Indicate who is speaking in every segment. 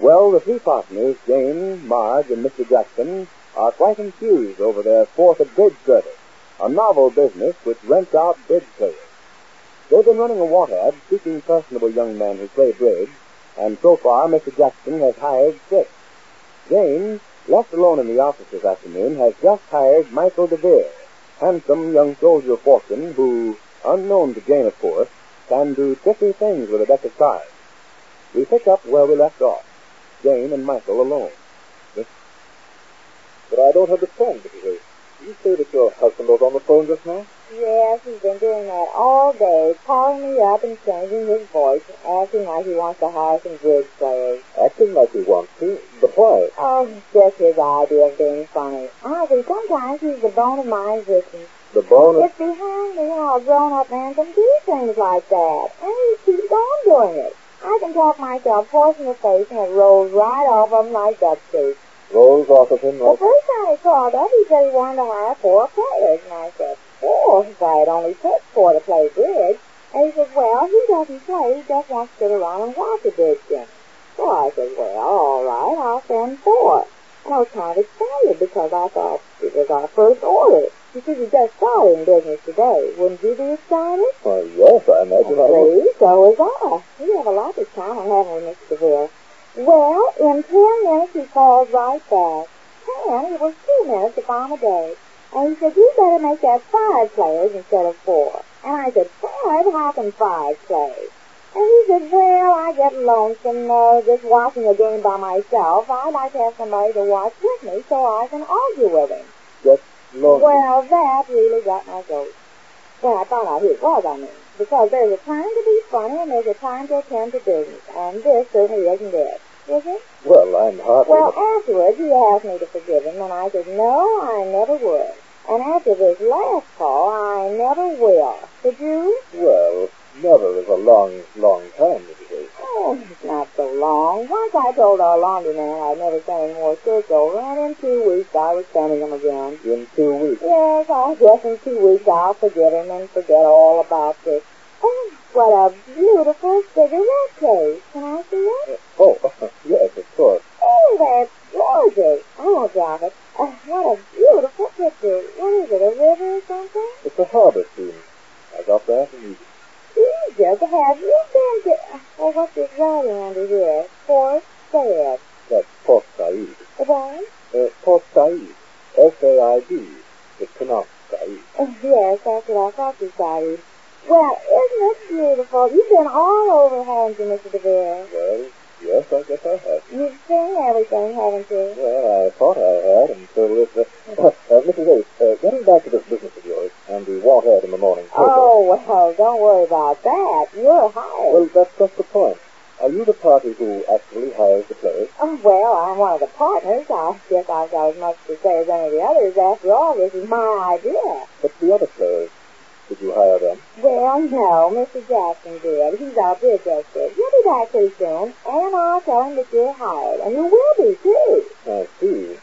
Speaker 1: Well, the three partners, Jane, Marge, and Mr. Jackson, are quite enthused over their fourth of bridge service, a novel business which rents out bridge players. They've been running a want ad seeking personable young men who play bridge, and so far Mr. Jackson has hired six. Jane, left alone in the office this afternoon, has just hired Michael DeVere, handsome young soldier of fortune who, unknown to Jane, of course, can do tricky things with a deck of cards. We pick up where we left off, Jane and Michael alone.
Speaker 2: Yes. But I don't understand, Mrs. Hayes. You say that your husband was on the phone just now?
Speaker 3: Yes, he's been doing that all day, calling me up and changing his voice, acting like he wants to hire some bridge players.
Speaker 2: Acting like he wants to? But why?
Speaker 3: Oh, it's just his idea of being funny. Honestly, sometimes he's the bone of my existence.
Speaker 2: The bone of...
Speaker 3: It's behind me how a grown-up man can do things like that, and he keeps on doing it. I can talk myself horse in the face, and it rolls right off of him like duck soup.
Speaker 2: Rolls off of him
Speaker 3: The
Speaker 2: like...
Speaker 3: first time he called up, he said he wanted to hire four players, and I said, four? Why, it only takes four to play bridge. And he said, well, he doesn't play, he just wants to sit around and watch a bridge game. So I said, well, all right, I'll send four. And I was kind of excited because I thought it was our first order. You see, we just started in business today. Wouldn't you be excited?
Speaker 2: Why, yes, I imagine I would.
Speaker 3: See, so was I. We have a lot of time, haven't we, Mr. DeVere? Well, in ten minutes he called right back. Ten, it was two minutes to bomb a day. And he said, you better make that five players instead of four. And I said, five? How can five play? And he said, well, I get lonesome uh, just watching a game by myself. I'd like to have somebody to watch with me so I can argue with him.
Speaker 2: Lord.
Speaker 3: Well, that really got my goat. Well, I found out who it was, I mean. Because there's a time to be funny and there's a time to attend to business. And this certainly isn't it. Is it?
Speaker 2: Well, I'm hardly...
Speaker 3: Well, afterwards he asked me to forgive him, and I said, no, I never would. And after this last call, I never will. Did you?
Speaker 2: eh. Well, never is a long, long time, Mrs. Hayes.
Speaker 3: Oh, it's not so long. Once I told our laundryman I'd never send any more shirts over, and in two weeks I was sending them again.
Speaker 2: In two weeks.
Speaker 3: Yes, I guess in two weeks I'll forget him and forget all about this. Oh, what a beautiful cigarette case. Can I see it?
Speaker 2: Oh, yes, of course.
Speaker 3: Oh, that's gorgeous. I won't drop it. Uh, what a beautiful picture. What is it, a river or something?
Speaker 2: It's a harbor scene. I got that from you.
Speaker 3: Jesus, have you been to... uh, Oh, what's this writing under here? For sale.
Speaker 2: That's Port Said.
Speaker 3: What?
Speaker 2: Uh, Port Said. S-A-I-D. It's pronounced Said.
Speaker 3: Oh, yes, that's what I thought you said. Well, isn't it beautiful? You've been all over, haven't you, Mr. DeVere?
Speaker 2: Well, yes, I guess I have.
Speaker 3: You've seen everything, haven't you?
Speaker 2: Well, I thought I had until this... Uh, uh, Mrs. Ace, uh, getting back to this business of yours and the want ad in the morning paper.
Speaker 3: Oh, well, don't worry about that. You're hired.
Speaker 2: Well, that's just the point. Are you the party who actually hires the players?
Speaker 3: Oh, well, I'm one of the partners. I guess I've got as much to say as any of the others. After all, this is my idea.
Speaker 2: But the other players, did you hire them?
Speaker 3: Well, no, Mr. Jackson did. He's our bridge expert. He'll be back pretty soon, and I'll tell him that you're hired, and you will be, too.
Speaker 2: I see.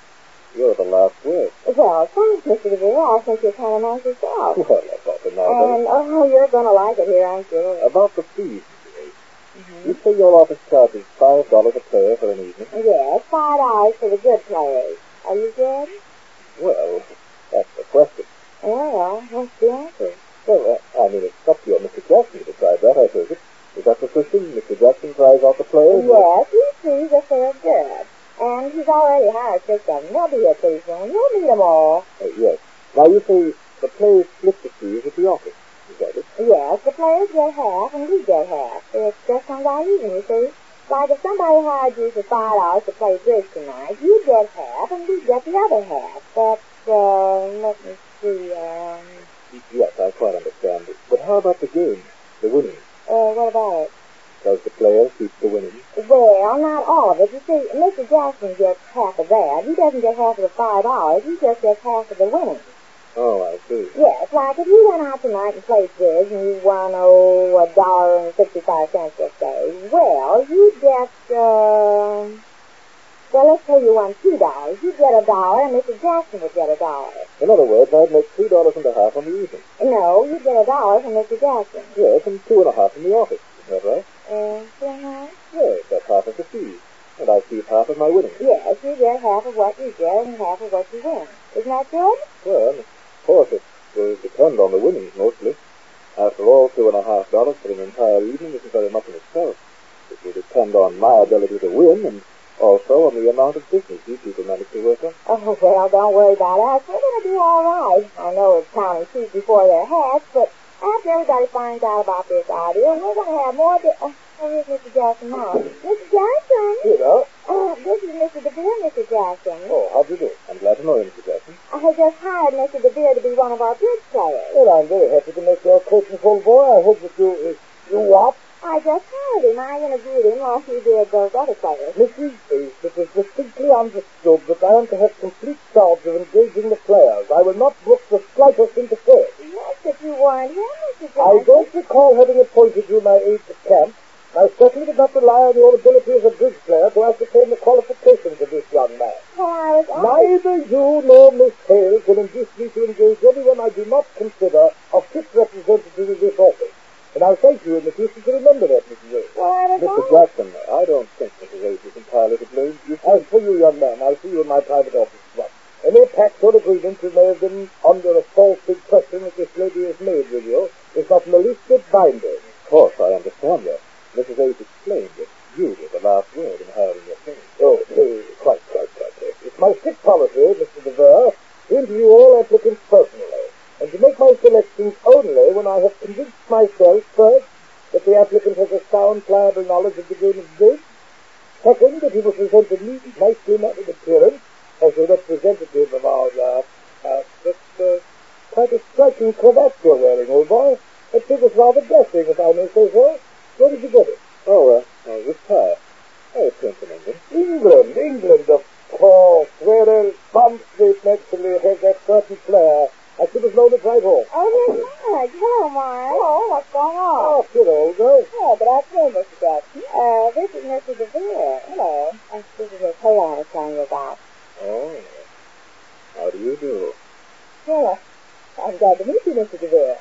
Speaker 2: You're the last word.
Speaker 3: Well, thanks, Mr. DeVere. I think you're kind of nice yourself.
Speaker 2: Well, that's all for now,
Speaker 3: And,
Speaker 2: then.
Speaker 3: oh, you're going to like it here, I'm sure.
Speaker 2: About the fees, Mrs. Ace.
Speaker 3: Mm-hmm.
Speaker 2: You say your office charges five dollars a player for an evening.
Speaker 3: Yes, five dollars for the good players. Are you good?
Speaker 2: Well, that's the question.
Speaker 3: Oh, Well, what's the answer?
Speaker 2: Well, uh, I mean, it's up to your Mr. Jackson to decide that. I take it. Is that the system? Mr. Jackson tries out the
Speaker 1: Oh,
Speaker 2: players.
Speaker 3: Yes, he sees if they're good. And he's already hired six of them. They'll be here pretty soon. You'll meet them all.
Speaker 2: Uh, yes. Now you say the players split the fees at the office. Is that it?
Speaker 3: Yes, the players get half and we get half. It just comes out even, you see. Like if somebody hired you for five dollars to play bridge tonight, you get half and we get the other half. That's, uh, let me see, um,
Speaker 2: Yes, I quite understand. it. But how about the game? The winning?
Speaker 3: uh, what about it?
Speaker 2: Does the player keep the winning?
Speaker 3: Well, not all of it. You see, Mr. Jackson gets half of that. He doesn't get half of the five dollars. He just gets half of the winnings.
Speaker 2: Oh, I see.
Speaker 3: Yes, like if you went out tonight and played bridge and you won, oh, a dollar and sixty-five cents, let's say, well, you get, uh, well, let's say you won two dollars. You get a dollar and Mr. Jackson would get a dollar.
Speaker 2: In other words, I'd make three dollars and a half on the evening.
Speaker 3: No, you get a dollar from Mr. Jackson.
Speaker 2: Yes, and two and a half in the office. Is that right?
Speaker 3: Uh, uh-huh.
Speaker 2: Yes, that's half of the fees. And I keep half of my winnings.
Speaker 3: Yes, you get half of what you get and half of what you win. Isn't that good?
Speaker 2: Well, of course, it will depend on the winnings mostly. After all, two and a half dollars for an entire evening isn't very much in itself. It will depend on my ability to win and also on the amount of business you people manage to work on.
Speaker 3: Oh, well, don't worry about us. We're going to do all right. I know it's county seat before their hats, but after everybody finds out about this idea, we're going to have more... Di- uh, where is Mr. Jackson now? Mr. Jackson?
Speaker 2: You know?
Speaker 3: Uh, this is Mr. DeVere, Mr. Jackson.
Speaker 2: Oh, how do you do? I'm glad to know you, Mr. Jackson.
Speaker 3: I had just hired Mr. DeVere to be one of our bridge players.
Speaker 1: Well, I'm very happy to make your acquaintance, old boy. I hope that you... Uh, you what?
Speaker 3: I just hired him. I interviewed him like he did those other players.
Speaker 1: Mrs. Ace, it uh, is distinctly understood that I am to have complete charge of engaging the players. I will not brook the slightest interference.
Speaker 3: Yes, but you weren't here, Mr. Jackson.
Speaker 1: I don't recall having appointed you my aide de camp. I certainly did not rely on your ability as a bridge player to ascertain the qualifications of this young man.
Speaker 3: Well, I was only...
Speaker 1: Neither you nor Miss Hales will induce me to engage anyone I do not consider a fit representative of this office. And I thank you in the future to remember that, Mrs. Rose.
Speaker 3: Well, I was
Speaker 2: Mr.
Speaker 3: only...
Speaker 2: Jackson, I don't think Mrs. Ace is entirely to blame. You
Speaker 1: As for you, young man, I'll see you in my private office at once. Any pact or agreement you may have been under a false impression that this lady has made with you is not in the least bit binding.
Speaker 2: Of course, I understand that. Mrs. Ace explained that you were the last word in hiring your friend.
Speaker 1: Oh, eh, quite, quite, quite. eh. It's my strict policy, Mr. DeVere, to interview all applicants personally, and to make my selections only when I have convinced myself, first, that the applicant has a sound, pliable knowledge of the game of bridge, second, that he will present a neat, nicely mannered appearance as a representative of our, uh, uh, that's, uh, quite a striking cravat you're wearing, old boy. That figures rather dashing, if I may say so. Where did you get it?
Speaker 2: Oh, uh, uh this tire. Oh, it came from England.
Speaker 1: England, England, of course. Where else? Bump Street naturally has that certain flair. I should have known it right off.
Speaker 2: Ah!
Speaker 3: Oh, here's Marge. Hello, Marge. Hello, what's going on?
Speaker 1: Oh, good old girl.
Speaker 3: Oh, good afternoon, Mr. Jackson. Uh, this is Mr. DeVere. Hello. Uh, this is Miss Hay I was telling you about.
Speaker 2: Oh, how do you do?
Speaker 3: Hello. I'm glad to meet you, Mr. DeVere.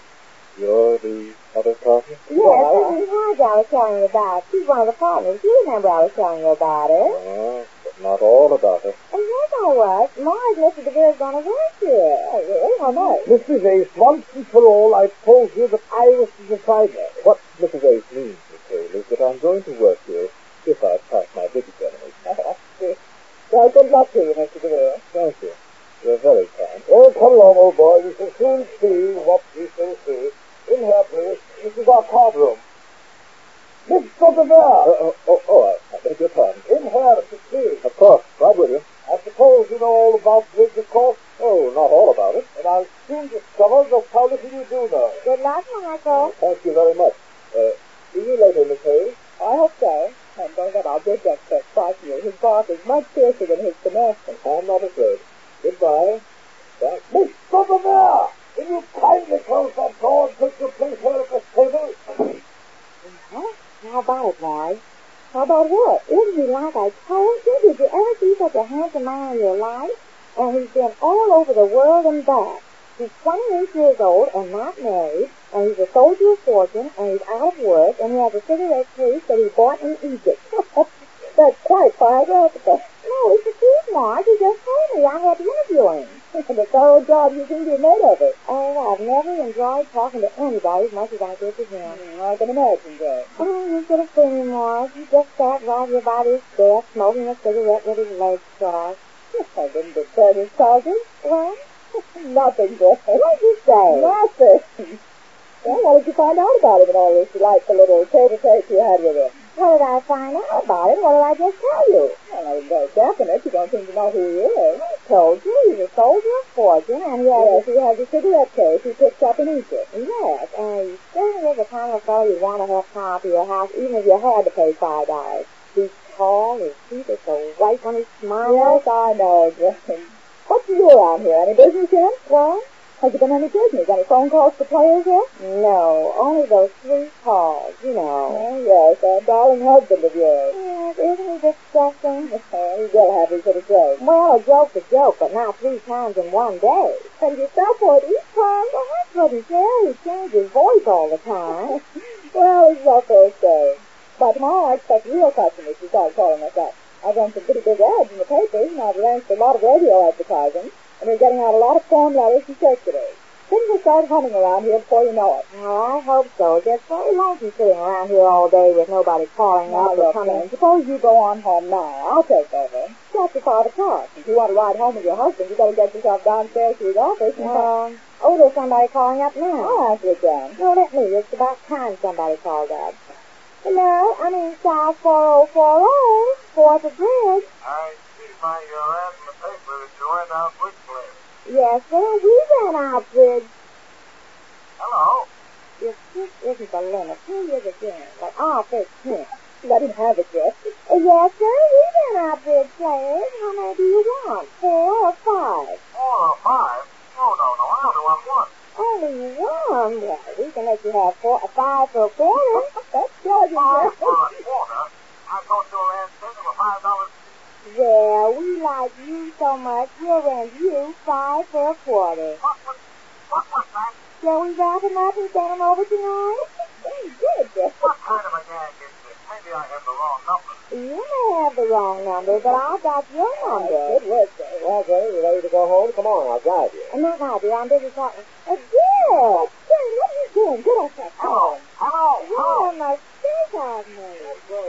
Speaker 2: You're the other partner?
Speaker 3: Yes, this is Marge I was telling you about. She's one of the partners. You remember I was telling you about her.
Speaker 2: Oh, but not all about her.
Speaker 3: And yes, I was. Marge, Mr. DeVere's going to work here. Oh, really? How much?
Speaker 1: Mrs. Ace, once and for all, I've told you that I was the decider.
Speaker 2: What Mrs. Ace means, Miss Hale, is that I'm going to work here if I pass my big examination.
Speaker 3: Well, good luck to you, Mr. DeVere.
Speaker 2: Thank you. You're very kind.
Speaker 1: Well, Oh, come along, old boy. We shall soon see what we shall see. In here, please. This is our card room. Mr. DeVere,
Speaker 2: Oh, oh, oh, oh I, I beg your pardon.
Speaker 1: in here, if you please.
Speaker 2: Of course, right with you.
Speaker 1: I suppose you know all about this, of course,
Speaker 2: Oh, not all about it.
Speaker 1: and I'll soon discover just how little you do know.
Speaker 3: Good luck, Michael.
Speaker 2: Thank you very much. Uh, see you later, Miss Hale.
Speaker 3: I hope so. And don't let our big expert frighten you. His bark is much fiercer than his tenacity.
Speaker 2: I'm not afraid. Goodbye. Thanks.
Speaker 1: Mr. DeVere, will you kindly close that door and take your place here at this table?
Speaker 3: Huh? How about it, Larry? How about what? Isn't he like I told you? Did you ever see such a handsome man in your life? And he's been all over the world and back. He's 28 years old and not married, and he's a soldier of fortune, and he's out of work, and he has a cigarette case that he bought in Egypt. That's quite biographical. No, it's the truth, Marge. You just told me I had to interview him. the thorough job you seem to have made of it. Oh, I've never enjoyed talking to anybody as much as I did to him. I can imagine that. Oh, you should have seen him, Marge. He just sat right here by his desk, smoking a cigarette with his legs crossed. I didn't disturb his cousin. What? Nothing, Beth. What did you say? Nothing. Well, what did you find out about him and all this delightful little tete-a-tete you had with him? What did I find out about him? What did I just tell you? Well, I was very definite. You don't seem to know who he is. I told you. He's a soldier of fortune, and he has, yes, he has a cigarette case he picked up in Egypt. Yes, and he certainly is the kind of fellow you want to have come to your house, even if you had to pay five dollars. He's tall, his teeth are so white when he smiles. Yes, I know, Jane. What do you do around here? Any business here? Well, has there been any business? Any phone calls to players yet? No, only those three calls, you know. Oh, yes, that darling husband of yours. Yes, isn't he disgusting? he will have his little joke. Well, a joke's a joke, but not three times in one day. And you fell for it each time? Well, I couldn't tell. He changed his voice all the time. well, it's our first day. But tomorrow I expect real customers to start calling us up.
Speaker 4: I've done some pretty big ads in the papers, and I've arranged for a lot of radio advertising, and we're getting out a lot of form letters and circulars. Things will start humming around here before you know it.
Speaker 3: Well, Oh, I hope so. Just what we like you sitting around here all day with nobody calling
Speaker 4: Now,
Speaker 3: out or
Speaker 4: look,
Speaker 3: coming.
Speaker 4: then, suppose you go on home now. I'll take over. It's after 5 o'clock. If you want to ride home with your husband, you better get yourself downstairs to his office. And
Speaker 3: Well, oh, there's somebody calling up now.
Speaker 4: I'll answer it then.
Speaker 3: No, let me. It's about time somebody called up. Hello, I'm in South 4040, Fourth of Bridge.
Speaker 5: I see by your ad in the paper that you went out with Blair.
Speaker 3: Yes, sir, we ran out bridge.
Speaker 5: Hello.
Speaker 3: If this isn't the limit, who is it then? But I'll fix him.
Speaker 4: Let him have it, Jeff.
Speaker 3: Uh, Yes, sir, we ran out bridge players. How many do you want? Four or five?
Speaker 5: Four or five? No, no, no. I only want one.
Speaker 3: Only one. Well, we can let you have four, five for a quarter. Uh-huh.
Speaker 4: That's charging,
Speaker 5: Five
Speaker 4: Jeff.
Speaker 5: for a quarter? oh I thought your ad said there were five dollars.
Speaker 3: Well, we like you so much, we'll rent you five for a quarter.
Speaker 5: What was, what was that?
Speaker 3: Shall we wrap him up and send him over tonight?
Speaker 4: Very good, Jeff.
Speaker 5: What kind of a gag is this? Maybe I have the wrong number.
Speaker 3: You may have the wrong number, but I've got your number.
Speaker 4: Oh, Good work, Jeff.
Speaker 1: Well, Jane, you ready to go home? Come on, I'll drive you.
Speaker 3: And not now, dear. I'm busy talking. Uh,
Speaker 4: Jerry,
Speaker 3: dear!
Speaker 4: Oh, what are you doing? Get off that phone.
Speaker 5: Hello.
Speaker 3: What
Speaker 5: Hello.
Speaker 3: a mistake I've made.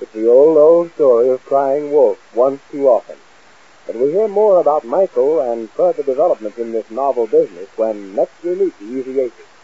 Speaker 1: It's the old, old story of crying wolf once too often. But we'll hear more about Michael and further developments in this novel business when next we meet the E Easy Aces.